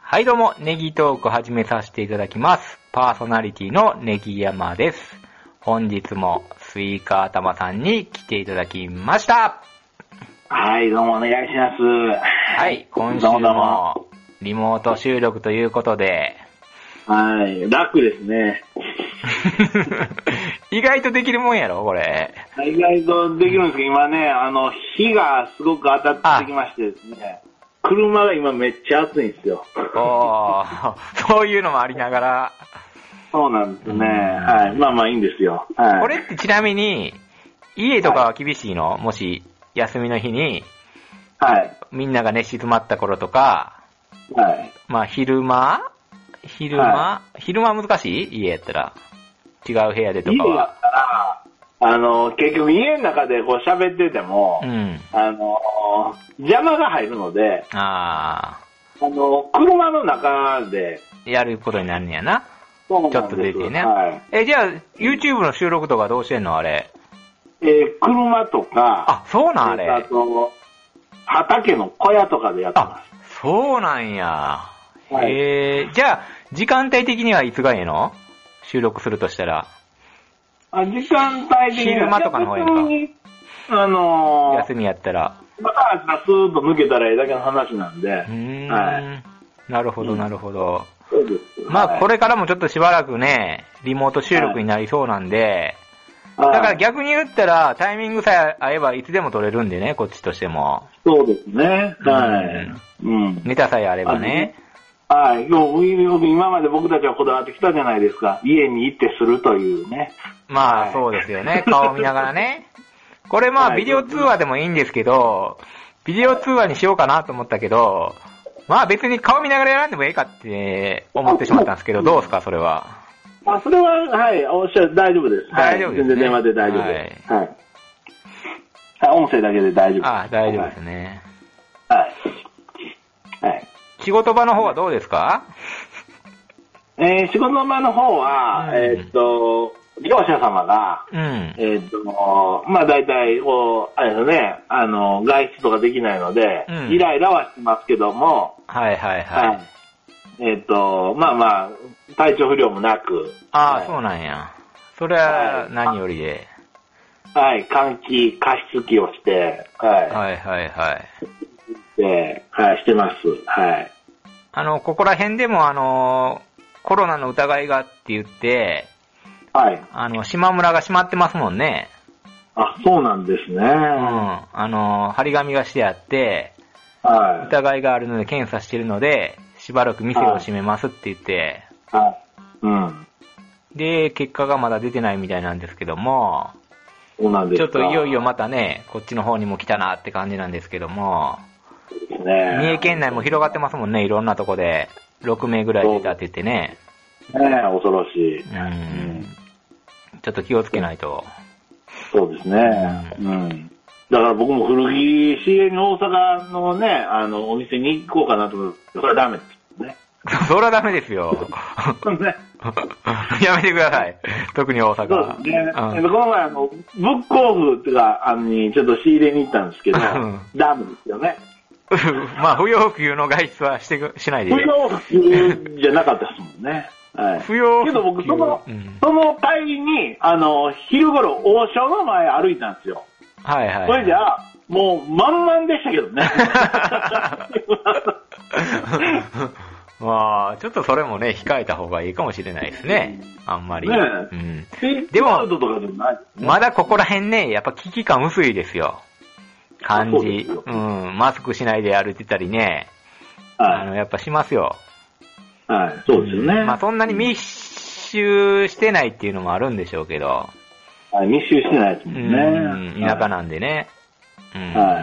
はいどうも、ネギトーク始めさせていただきます。パーソナリティのネギ山です。本日もスイカ頭さんに来ていただきました。はい、どうもお願いします。ははい、今週どうもどうも。もリモート収録ということ で、はい、楽ですね。意外とできるもんやろ、これ。意外とできるんですけど、今ね、あの、火がすごく当たってきましてですね、車が今めっちゃ暑いんですよ。おー、そういうのもありながら。そうなんですね。はい、まあまあいいんですよ。はい。これってちなみに、家とかは厳しいの、もし、休みの日に、はい。みんながね、静まった頃とか、はい。まあ、昼間昼間、は昼間難しい家やったら。違う部屋でと家かだは。ったら、あの、結局家の中でこう喋ってても、うん。あの、邪魔が入るので、ああの、車の中で、ー、やることになるんやな。そうなんちでょすっと出てね。はい。え、じゃあ、YouTube の収録とかどうしてんのあれ。えー車とか、あ、そうなんああれ。と、畑の小屋とかでやってまあ、そうなんや。はいえー、じゃあ、時間帯的にはいつがええの収録するとしたら。す。あ時間帯的には昼間とかの方がいいのか別にあの休みやったら。ー、また明日スーッと抜けたらええだけの話なんでう、ーん。はなるほど、なるほど。そうです。まあ、これ、れからもちょっとしばらくね、リモート収録になりそうなんで、はいだから逆に言ったら、タイミングさえ合えばいつでも撮れるんでね、こっちとしても。そうですね。はい。うん。ネタさえあればね。はい。ようよく今まで僕たちはこだわってきたじゃないですか。家に行ってするというね。まはあ、いそうですよね。顔見ながらね。これまあ、はいビデオ通話でもいいんですけど、ビデオ通話にしようかなと思ったけど、まあ別に顔見ながらやらんでもええかって思ってしまったんですけど、どうすか、それは。まあ、それは、はい、おっしゃる、大丈夫です。は大い丈夫ですね全然電話で大丈夫です。はい。はい、音声だけで大丈夫です。ああ、大丈夫ですね。はい。はい。仕事場の方はどうですかえー仕事の場の方は、うんえーっと、業者様が、うん。えーっと、まあ大体、こう、あれですね、あの、外出とかできないので、うんイライラはしますけども、はいはいははいい。。えーっと、まあまあ、体調不良もなく、あはあ、いそうなんや。それは何よりで。はい、換気、加湿器をして、ははいはいはい。い、ではい、してます。はい。あの、ここら辺でもあの、コロナの疑いがって言って、はい。あの、島村が閉まってますもんね。あ、そうなんですね。うん。あの、張り紙がしてあって、はい。疑いがあるので検査してるので、しばらく店を閉めますって言って、はい。うん。で、結果がまだ出てないみたいなんですけども、そうなんですちょかっといよいよまたね、こっちの方にも来たなって感じなんですけども、ね三重県内も広がってますもんね、いろんなとこで。6名ぐらい出たって言ってね。ねえ恐ろしい。うん。ちょっと気をつけないと。 そうですね。うん。だから僕も古着 CN 大阪のね、あの、お店に行こうかなと思って、それはダメですね。それはダメですよ。 ね。やめてください。特に大阪そうは。ですね。うんこの前、あの、ブックオフっていうか、あの、にちょっと仕入れに行ったんですけどうん、ダメですよね。まあ、不要不急の外出はしてくしないで。不要不急じゃなかったですもんね。はい。不要不急けど僕、その、うんその帰りに、あの、昼頃、王将の前歩いたんですよ。はいはい。それじゃあ、もう、満々でしたけどね。 まあ、ちょっとそれもね、控えた方がいいかもしれないですね。あんまり。ねうえん。でも、アウトとかでもないですね。まだここら辺ね、やっぱ危機感薄いですよ。感そうでじ。すようん。マスクしないで歩いてたりね。あはの、やっぱしますよ。い。はい。そうですよね。まあそんなに密集してないっていうのもあるんでしょうけど。はい密集してないですうもんね。ん。はい田舎なんでね。うん。は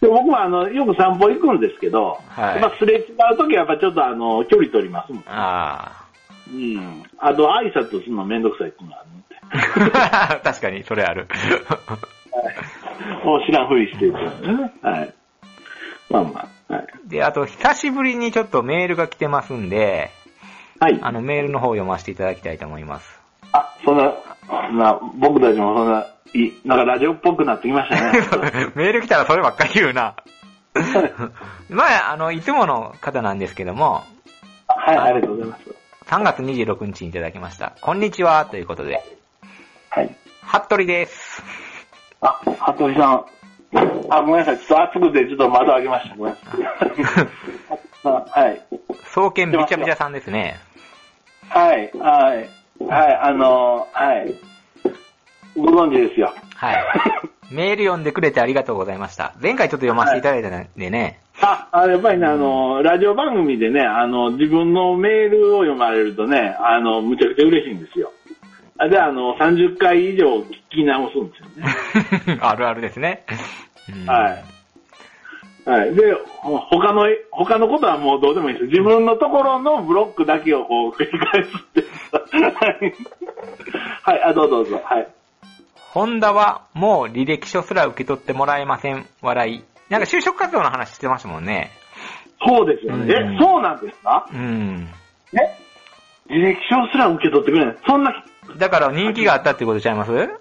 で僕もあの、よく散歩行くんですけど、はいまあ、すれ違うときはやっぱちょっとあの、距離取りますもん。あうん。あと、挨拶するのめんどくさいっていうのがあるんで。あ。 確かに、それある。もう知らんふりしてるからね。はい。まあまあ。はい。で、あと、久しぶりにちょっとメールが来てますんで、はい。あの、メールの方を読ませていただきたいと思い ます。あ、そんな、そんな、僕た ちもそんな、いなんかラジオっぽくなってきましたね。メール来たらそればっかり言うな。 まあ、あの、いつもの方なんですけども、はい、ありがとうございます。 3月26日にいただきました。こんにちは、ということで。はい。服部です。あ、服部さん。あ、ごめんなさい。ちょっと暑くて、ちょっと窓開けました。ごめんなさい。あはい。創建びちゃびちゃさんですね。はい、はい。はい、あのはい。ご存知ですよ。 はい。メール読んでくれてありがとうございました。前回ちょっと読ませていただいたんでね。あ、あやっぱりね、あのラジオ番組でね、あの、自分のメールを読まれるとね、あの、むちゃくちゃ嬉しいんですよ。あで、あの、30回以上聞き直すんですよね。 あるあるですね。うんはい。はい。で、ほ他の、他のことはもうどうでもいいです。自分のところのブロックだけをこう繰り返すっていう。はい。はい、あ、どうぞどうぞ。はい。ホンダはもう履歴書すら受け取ってもらえません。笑い。なんか就職活動の話してましたもんね。そうですよね。うんえ、そうなんですかうん。え履歴書すら受け取ってくれない。そんな、だから人気があったってことちゃいますう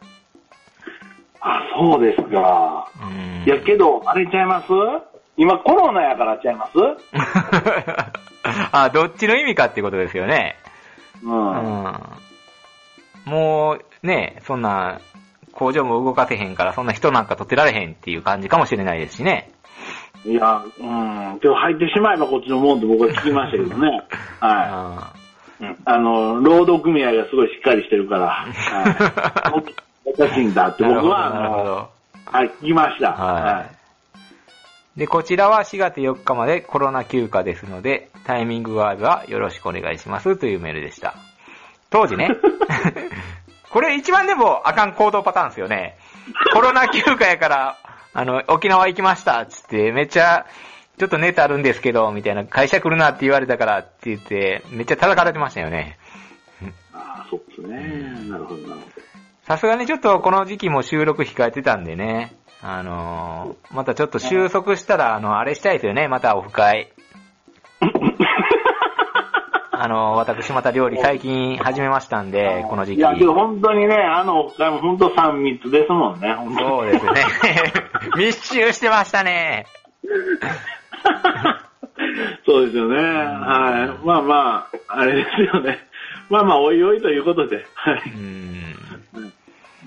あ、そうですか。んい。や、けど、あれちゃいます今コロナやからちゃいます あ、どっちの意味かってことですよね。うう。んん。もう、ね、そんな、工場も動かせへんから、そんな人なんか取ってられへんっていう感じかもしれないですしね。いや、うん。けど入ってしまえばこっちのもんと僕は聞きましたけ どね。はい。ああの、労働組合がすごいしっかりしてるから、はい。おかしいんだってなる僕ほど、は、なるほあのど。はい、聞きました。は。い。で、こちらは4月4日までコロナ休暇ですので、タイミングがあればよろしくお願いしますというメールでした。当時 ね。これ一番でもあかん行動パターンですよね。コロナ休暇やから、あの、沖縄行きましたっつって、めっちゃ、ちょっと熱あるんですけど、みたいな、会社来るなって言われたからって言って、めっちゃ叩かれてましたよね。ああ、そうですね。なるほど、なるほさすがにちょっとこの時期も収録控えてたんでね。あのー、またちょっと収束したら、あの、あれしたいですよね。またオフ 会。あのー、私また料理最近始めましたんで、ど。この時い期。や、けど本当にね、あの、本当3密ですもんね、本当そう ですね。密集してましたね。 そうですよね。はい。まあまあ、あれですよね。まあまあ、おいおいということで。はうい。ん。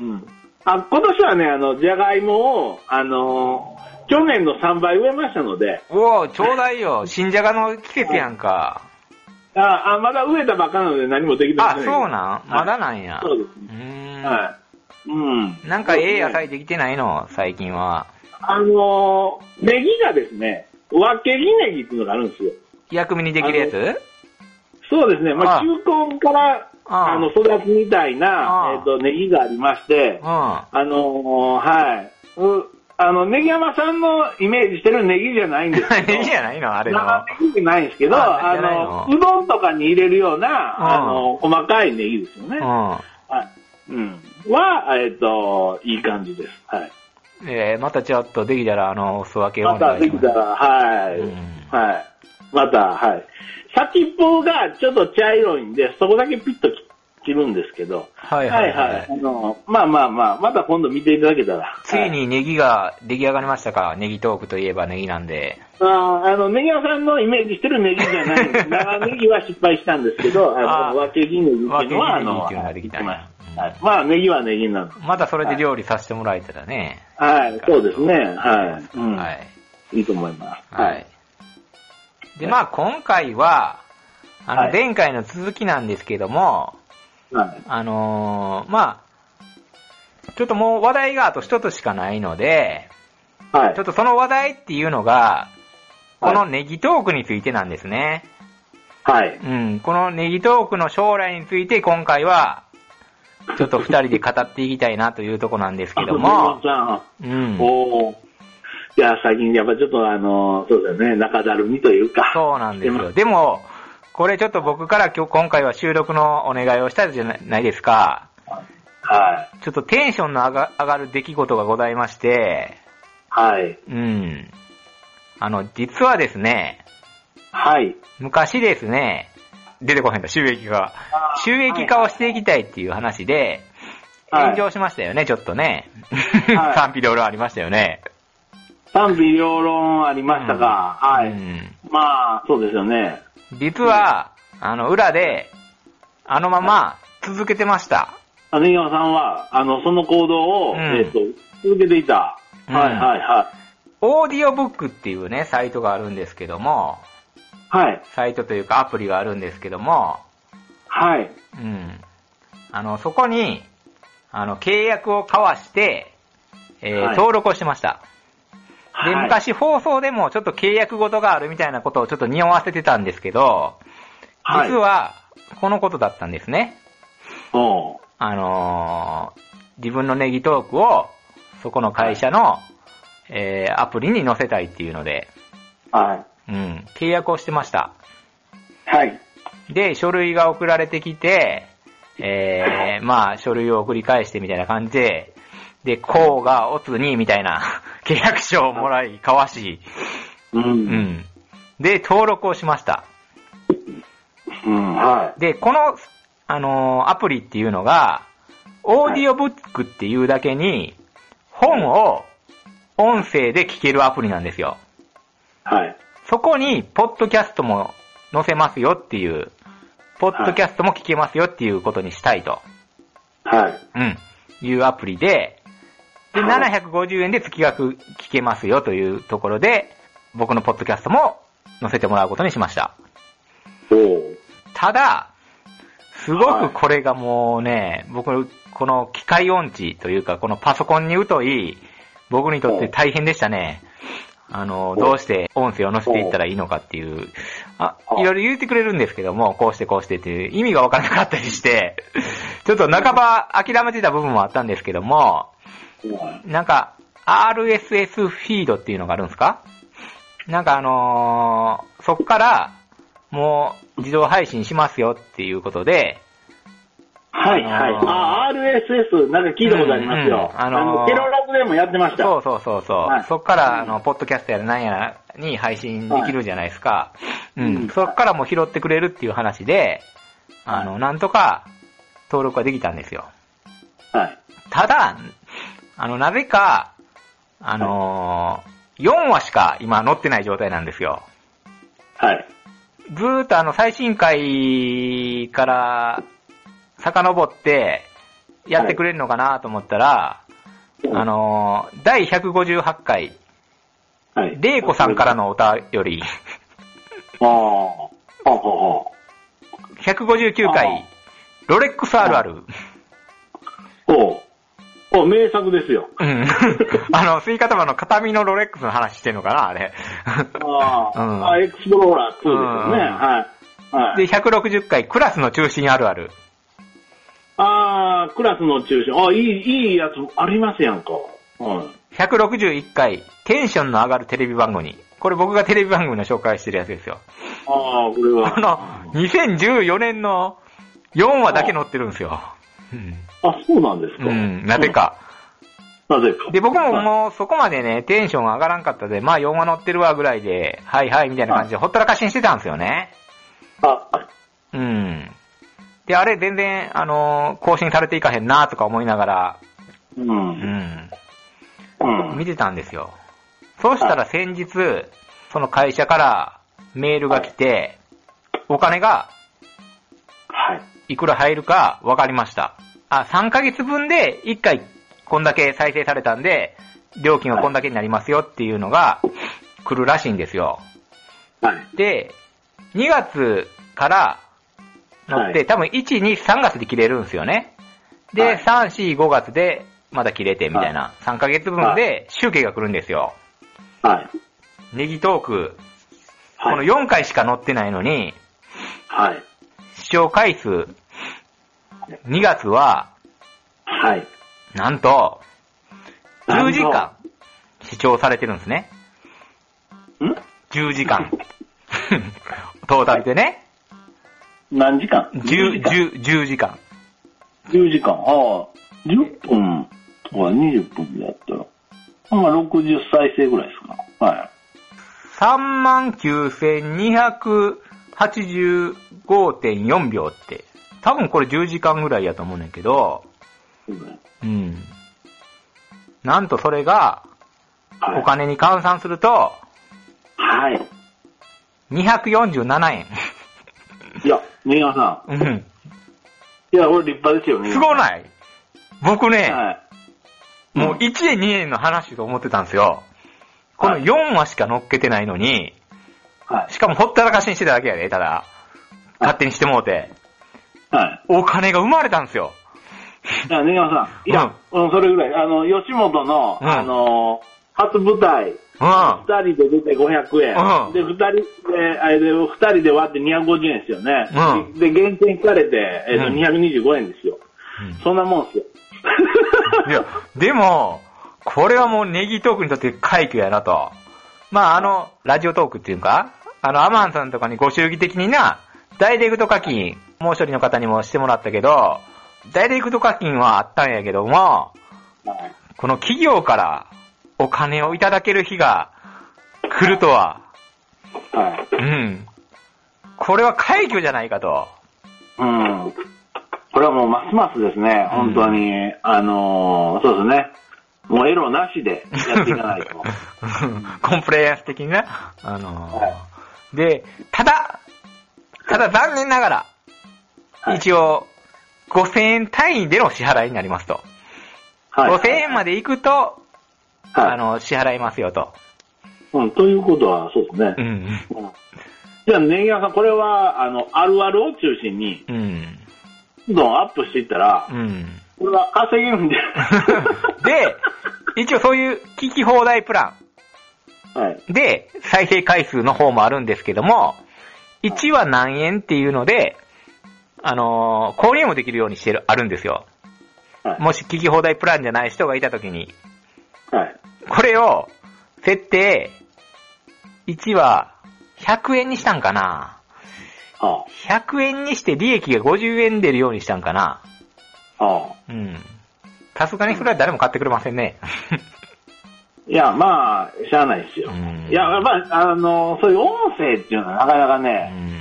うん。あ、今年はね、あの、じゃがいもを、あのー去年の3倍植えましたので、おおちょうだいよ。新じゃがの季節やんか。ああ、まだ植えたばっかなので何もできてまあ、せんそけうどなんまだなんや。そううですね。ーん。はい。うん。なんかええ野菜できてないの最近は。あのー、ネギがですね、分け木ネギっていうのがあるんですよ。薬味にできるやつそうですね、まああ、球根からあああの育つみたいああな、えっとネギがありましてう、ん。あのー、はい。うあの、ネギ山さんのイメージしてるネギじゃないんですけど。ネギじゃ ないのあれの。長ネギじゃないんですけど、ああじゃないのの、うどんとかに入れるよううな、んあの、細かいネギですよね。うはい。うん。は、えっ、と、いい感じです。はい。ん。えー、またちょっとできたら、あの、お裾分けをおまた願いでしきます。たら、はい。うんはい。また、はい。先っぽがちょっと茶色いんで、そこだけピッと切るんですけど。ははいはいはい。あの、まあまあまあ、また今度見ていただけたら。ついにネギが出来上がりましたかネギトークといえばネギなんで。あーあの、ネギ屋さんのイメージしてるネギじゃないんです。 長ネギは失敗したんですけど、ああーの、わけぎネギっていうのは、あわの、けぎネギっていうのができたんやはいはいまあ、ネギはネギなの。またそれで料理させてもらえたらね。はい、そうですね。はい。うん。、はいい。いと思います。はい。。で、まあ今回は、あはの、い前回の続きなんですけども、はい。あのーまあ、ちょっともう話題があと一つしかないので、はいちょっ。とその話題っていうのが、このネギトークについてなんですね。はい。、うん、このネギトークの将来について今回は、ちょっと二人で語っていきたいなというとこなんですけどもさうんん、。おーいや、最近、やっぱちょっとあの、そうですね、中だるみというか。そうなんですしてまよ。でも、これちょっと僕から今日、今回は収録のお願いをしたじゃないですか。はい。ちょっとテンションの上が上がる出来事がございまして、はい。うん。あの、実はですね、はい。昔ですね、出てこへんだ、収益化。収益化をしていきたいっていう話で、はい炎上しましたよね、ちょっとね。はい賛否両論ありましたよね。賛否両論ありましたが、はうい。んまあ、そうですよね。実は、あの、裏で、あのまま続けてました。あネギワさんは、あの、その行動を、うんえっと、続けていた。うんはいはいはオーディオブックっていうね、サイトがあるんですけども、い。はい。サイトというかアプリがあるんですけども、はい。うん。あの、そこに、あの、契約を交わして、えーはい登録をしてました。で、はい。昔放送でもちょっと契約事があるみたいなことをちょっと匂わせてたんですけど、はい実。は、このことだったんですね。おうあのー自分のネギトークを、そこの会社の、えーアプリに載せたいっていうので、はうい。ん、契約をしてました。はい。で、書類が送られてきて、え ー、まあ、書類を送り返してみたいな感じで、で、こうが、おつに、みたいな、 契約書をもらい、かわし、う。うんん。で、登録をしました。うん。はで、この、あのーアプリっていうのが、オーディオブックっていうだけに、本を音声で聞けるアプリなんですよ。い。はい。そこに、ポッドキャストも載せますよっていう、ポッドキャストも聞けますよっていうことにしたいと。はい。うん、いうアプリで、で、はい750円で月額聞けますよというところで、僕のポッドキャストも載せてもらうことにしました。おうただ、すごはいくこれがもうね、僕、この機械音痴というか、このパソコンに疎い、僕にとって大変でしたね。あの、おどうして音声を載せていったらいいのかっていう、あ、いろいろ言ってくれるんですけども、こうしてこうしてっていう意味がわからなかったりして、ちょっと半ば諦めてた部分もあったんですけども、はいなんか、RSS フィードっていうのがあるんですかなんかあのーそっから、もう自動配信しますよっていうことで、はい、はい。あ、RSS、なんか聞いたことありますよ。うんうんあのーテロラブでもやってました。そうそうそうそう、はいそっから、あうんの、ポッドキャストやらなんやらに配信できるじゃないですか。いううんん。そっからもう拾ってくれるっていう話で、あの、なんとか登録ができたんですよ。はい。ただ、あの、なぜか、あのー4話しか今載ってない状態なんですよ。はい。ずーっとあの最新回から遡ってやってくれるのかなと思ったら、あ、のー第158回、はい。レイコさんから。のお便り、ああ。ほうほうほ159あ回、ロレックス RR。う。おう。おう、名作ですよ。うん。 あの、スイカ玉の形見のロレックスの話してんのかな、あれ。 ああ、うんあエクスプローラー2ですよね。うんはい。はい。で、160回、クラスの中心あるある。ああ、クラスの中心。ああ、いい、いいやつありますやんか。うん。 161回、テンションの上がるテレビ番組。これ僕がテレビ番組の紹介してるやつですよ。ああ、これは。あの、2014年の4話だけ載ってるんですよ。あ、そうなんですうか。ん、うんなぜ。か。なぜか。で、僕もう。もうそこまでね、テンション上がらんかったで、まあ4話載ってるわぐらいで、はいはいみたいな感じでほったらかしにしてたんですよね。あ、あうん。で、あれ全然、あのー更新されていかへんなとか思いながら、う。うんん、うん。見てたんですよ。そうしたら先日、その会社からメールが来て、お金がはい。いくら入るか分かりました。あ、3ヶ月分で1回こんだけ再生されたんで、料金はこんだけになりますよっていうのが来るらしいんですよ。はい。で、2月から乗って、はい多分1、2、3月で切れるんですよね。で、はい3、4、5月でまだ切れてみたいな、3ヶ月分で集計が来るんですよ。はい。ネギトーク、このはい。 4回しか乗ってないのに、はい。視聴回数2月は、はい。なんと、なん10と時間視聴されてるんですね。ん10時 間。トータルでね、何時間10、 10 10、10時間。 10時間。ああ、10分とか20分でやったら、まあ60再生ぐらいですか。はい。 39,285.4秒って、多分これ10時間ぐらいやと思うねんけど、うん。なんとそれが、はいお金に換算すると、はい。 247円。いや、新山さうん。ん。いや、俺立派ですよね。すごない僕ね、はもう1円2円の話と思ってたんですよ。このはい4話しか乗っけてないのに、い。はい。しかもほったらかしにしてただけやで、ただ。勝手にしてもうて。はい。お金が生まれたんですよ。いや、新山さん。いや、うん、それぐらい。あの、吉本の、うんあの、初舞台、うん。二人で出て500円。うんで、二人で、あれで、二人で割って250円ですよね。うんで、現金引かれて、えっ、うんと、225円ですよ。そんなもんですよ。いや、でも、これはもうネギトークにとって快挙やなと。まあ、あの、ラジオトークっていうか、あの、アマンさんとかにご祝儀的にな、ダイレクト課金、もう一人の方にもしてもらったけど、ダイレクト課金はあったんやけども、はいこの企業からお金をいただける日が来るとは、はい。うん。これは快挙じゃないかと。 うん。これはもうますますですね、うん本当に、あのーそうですね。もうエロなしでやっていかない と。コンプライアンス的にね。あのーはで、ただ、ただ残念ながら、はい一応、5000円単位での支払いになりますと。はい。 5000円まで行くと、はいあの、支払いますよと。うん、ということは、そうですねう。ん。うんじゃあ、ネギワさん、これは、あの、あるあるを中心に、うん。どんどんアップしていったら、 うん。 これは稼げるんで。で、一応そういう聞き放題プラはい。ンで、再生回数の方もあるんですけども、1話何円っていうので、あのー、購入もできるようにしてる、あるんですよ。はい。もし聞き放題プランじゃない人がいたときに、はい。これを、設定、1は、100円にしたんかなあ ?100 円にして利益が50円出るようにしたんかなあ。ああ。うん。さすがにそれは誰も買ってくれませんね。いや、まあ、しゃあないですよ。うんいや、やっぱり、あの、そういう音声っていうのはなかなかうね、ん。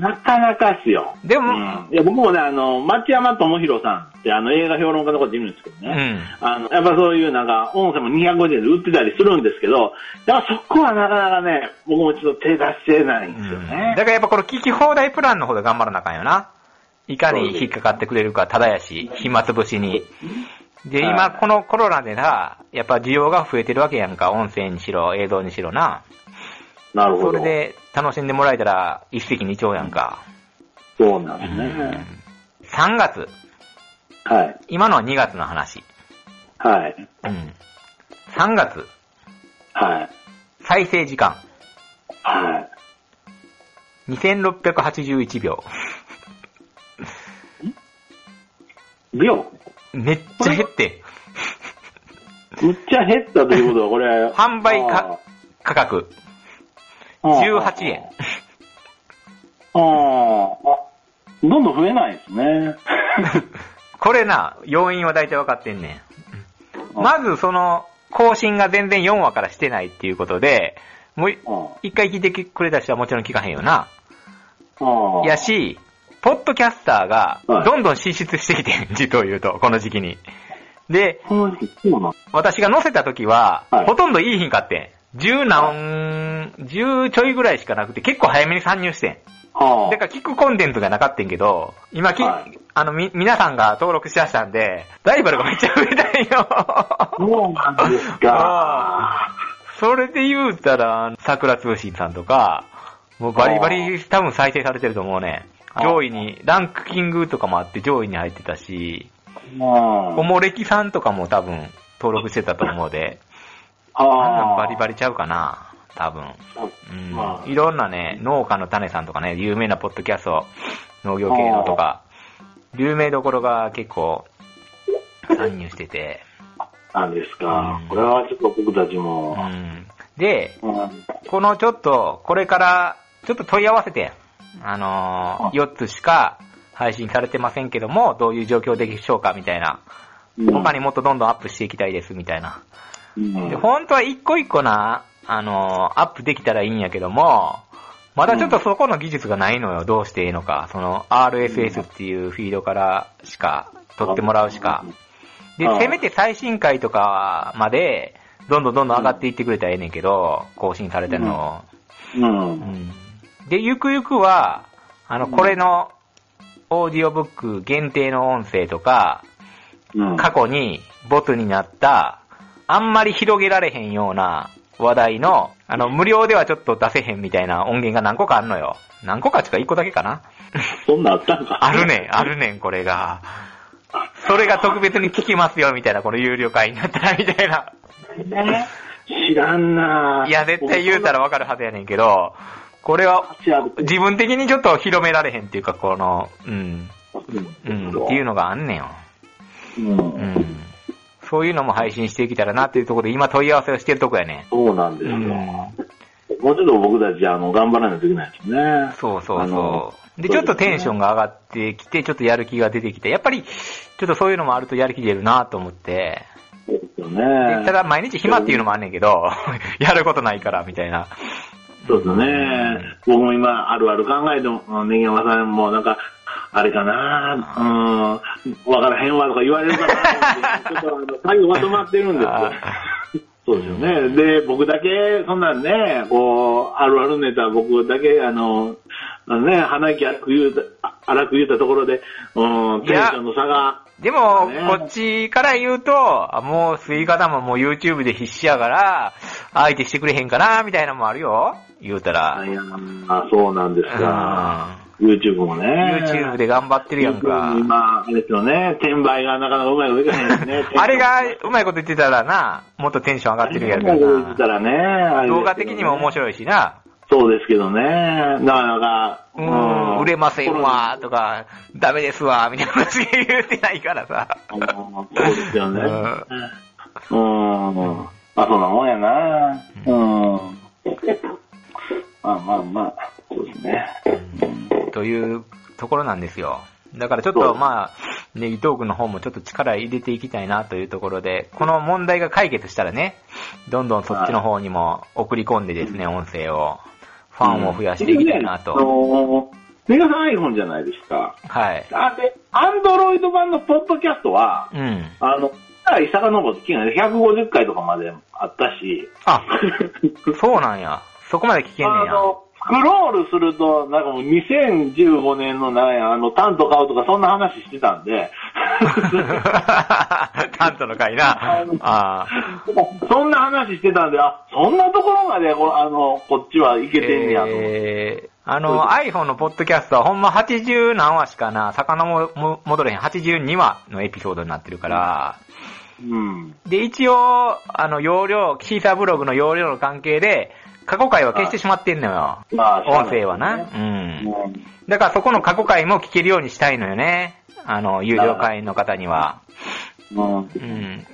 なかなかっすよ。でうも、ん。いや、僕もね、あの、町山智博さんって、あの、映画評論家の方いるんですけどうね。ん。あの、やっぱそういうなんか、音声も250円で売ってたりするんですけど、やっぱそこはなかなかね、僕もちょっと手出してないんですよだね。からやっぱこの聞き放題プランの方で頑張らなあかんよな。いかに引っかかってくれるか、ただやし、暇つぶしに。で、は今いこのコロナでな、やっぱ需要が増えてるわけやんか、音声にしろ、映像にしろな。なるそほど。れで楽しんでもらえたら一石二鳥やんか。そうなんですうんね。 3月。はい。今のは2月の話。はい。うん。3月。はい。再生時間。はい。 2681秒。秒めっちゃ減って。むっちゃ減ったということは、これ。販売か価格。18円。あー。あーあどんどん増えないで すね。これな、要因は大体分かってんねん。まずその、更新が全然4話からしてないっていうことで、もういあー一回聞いてくれた人はもちろん聞かへんよな。あーやし、ポッドキャスターがはいどんどん進出してきてん、実を言うと、この時期に。で、この時期、そうなん私が載せた時は、はいほとんどいい品買ってん。十何、十ちょいぐらいしかなくて、結構早めに参入してん。ああだから聞くコンテンツがなかったんけど、今き、はいあの、み、皆さんが登録しだしたんで、ライバルがめっちゃ増えたん よ。そうなんですあか。それで言うたら、桜通信さんとか、もうバリバリ多分再生されてると思うね。あー上位に、ランキングとかもあって上位に入ってたし、おあもれきさんとかも多分登録してたと思うで、ああんなんあバリバリちゃうかな、多分。うんまあいろんなね、農家の種さんとかね、有名なポッドキャスト、農業系のとか、有名どころが結構参入してて、なんですかうん。これはちょっと僕たちうも。ん。で、うんこのちょっと、これから、ちょっと問い合わせて、あのあー、4つしか配信されてませんけども、どういう状況でしょうか、みたいな。他にもっとどんどんアップしていきたいです、みたいな。うんで、本当は一個一個な、あのーアップできたらいいんやけども、まだちょっとそこの技術がないのよ、どうしていいのか。その RSS っていうフィードからしか、取ってもらうしか。でう、んせめて最新回とかまで、どんどんどんどん上がっていってくれたらええねんけど、更新されてんの。う。うんん。で、ゆくゆくは、あの、うんこれの、オーディオブック限定の音声とか、うん。過去にボツになった、あんまり広げられへんような話題の、あの、無料ではちょっと出せへんみたいな音源が何個かあんのよ。何個かちか1個だけかなそんなんあったんか。あるねん、あるねん、これが。それが特別に聞きますよ、みたいな、この有料会になったら、みたいな。知らんないや、絶対言うたら。わかるはずやねんけど、これは、僕そんな価値ある自分的にちょっと広められへんっていうか、この、うん、うん、っていうのの。があんねんよ。うん。うん。そういうのも配信していけたらなっていうところで、今問い合わせをしてるとこやねそうなんですん。うん。よ。もうちょっと僕たち、あの、頑張らないといけないですね。そうそうあのそう。で、ちょっとテンションン。が上がってきて、ちょっとやる気が出てきて、やっぱり、ちょっとそういうのもあるとやる気出るなと思って、そうですよでね。ただ毎日暇っていうのもあんねんけど、 やることないから、みたいな。そうですね。僕も今、あるある考えても、うん根山さんもなんか、あれかなうん、わからへんわとか言われるかなと思って ちょっとあの、最後まとまってるんですよあ。そうですよね。で、僕だけ、そんなんね、こう、あるあるネタ、僕だけ、あの、あのね、鼻息荒く言うた、あ荒く言うたところで、うん、いテンシやョンの差が、でも、ねこっちから言うと、あもうスイカだもんもう YouTube で必死やから、相手してくれへんかな、みたいなのもあるよ。言うたら。いやあ、そうなんですか。YouTube もね。 YouTube で頑張ってるやんか YouTube。今、あれですよね、転売がなかなかうまいこといかないですね 。あれがうまいこと言ってたらな、もっとテンション上がってるやんかあれがうまいこと言ってたな。らね、あれですけどね動画的にも面白いしな。そうですけどね、なかなか、うーん、売れませんわ、とか、ダメですわ、みたいなことしか言ってないからさ。あのそうですよね。ううんん。まあ、そんなもんやな。うん。まあまあまあ、そうですね。というところなんですよ。だからちょっそうとですまあ、ネギトークの方もちょっと力入れていきたいなというところで、この問題が解決したらね、どんどんそっちの方にも送り込んでですね、音声を、ファンを増やしていきたいなあと。のメガさん iPhone じゃないですか。はい。あで、アンドロイド版のポッドキャストは、うん。あの、さかのぼって聞けない。150回とかまであったし、あ、そうなんや。そこまで聞けんねん あや。 の、スクロールすると、なんかもう2015年のなんや、あの、タント買うとかそんな話してた んで、担当の会 な。ああ。そんな話してたんで、あ、そんなところまで、こあの、こっちはいけてんねやと思って。えーあの、iPhone のポッドキャストはほんま80何話しかな、魚もも戻れへん82話のエピソードになってるから、うん。で、一応、あの、容量、キーサーブログの容量の関係で、過去回は消してしまってんのよ。まあ、音声はそうな。んうですねん。だからそこの過去回も聞けるようにしたいのよね。あの、有料会員の方には。うん。うん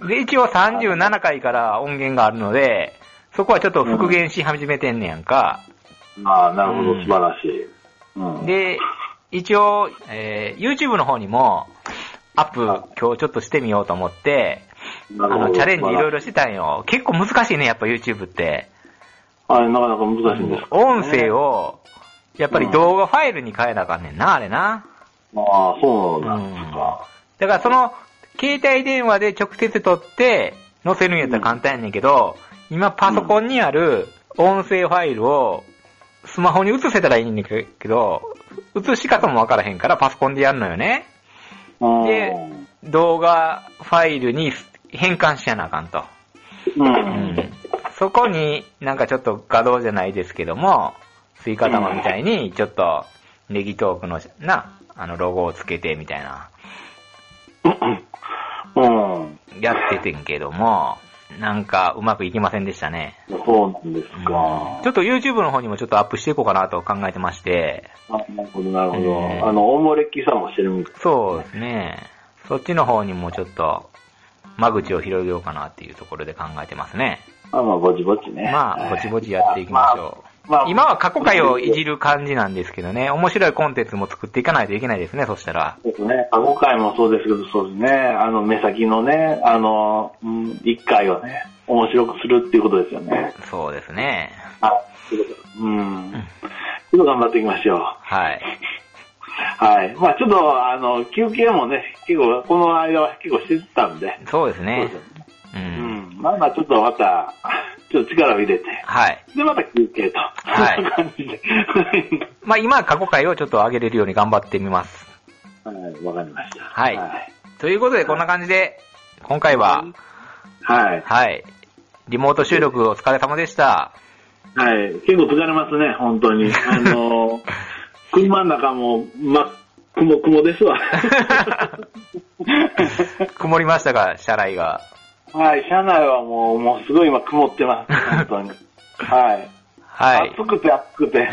うん。で、一応37回から音源があるので、そこはちょっと復元し始めてんねやんか。ああ、なるほうんど、素晴らしい。うん。で、一応、えー YouTube の方にも、アップ、今日ちょっとしてみようと思って、なあるほどの、チャレンジいろいろ素晴らししてたんよ。結構難しいね、やっぱ YouTube って。あれ、なかなか難しいんですけど音ね声。を、やっぱり動画ファイルに変えなあかんねんな、あれな。ああ、そうなんですか。だからその、携帯電話で直接撮って、載せるんやったら簡単やねんけど、今パソコンにある音声ファイルを、スマホに映せたらいいんだけど、映し方もわからへんからパソコンでやるのよね。うん。で動画ファイルに変換しやなあかんと。うう。んん。そこになんかちょっと画像じゃないですけども、スイカ玉みたいにちょっとネギトークのな、あのロゴをつけてみたいな、うん。やっててんけども、なんかうまくいきませんでしたね。そうなんですうんかちょ。っと YouTube の方にもちょっとアップしていこうかなと考えてまして、あなるほど、なるほえーど。あの、大漏れっきさんもしてるみたい。そうですね。そっちの方にもちょっと間口を広げようかなっていうところで考えてますね。まあまあ、ぼちぼちね。まあ、ぼちぼちやっていきましょう。まあまあ今は過去回をいじる感じなんですけどね、面白いコンテンツも作っていかないといけないですね、そしたら。ですね。あ、5回もそうですけど、そうですね。あの、目先のね、あの、うん、1回をね、面白くするっていうことですよね。そうですね。あ、そういうことうん。ちょっと頑張っていきましょう。はい。はい。まあちょっと、あの、休憩もね、結構、この間は結構してたんで。そうですねそうでう。すよ。うんん。まあまあ、ちょっとまた、 ちょっと力を入れて、はい。で、また休憩と。はいそんな感じで。 まあ今は過去回をちょっと上げれるように頑張ってみます。はい、わかりました。はいはい。ということで、こんな感じで、今回は、はい。はい、リモート収録お疲れ様で した。はい。結構疲れますね、本当 に。あのー、車の中も、ま、雲雲です わ。曇りましたが、車内が。はい、車内はもう、もうすごい今曇ってます、本当に。はい。はい。暑くて暑く て。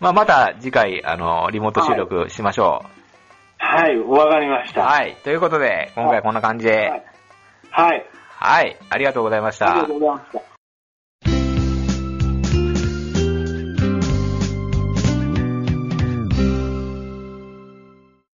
まあまた次回、あの、リモート収録しましょはい、わかりましう。た。。はいい。ということで、今回こんな感じで、はい。はい。ありがとうございましありたがと。うございました。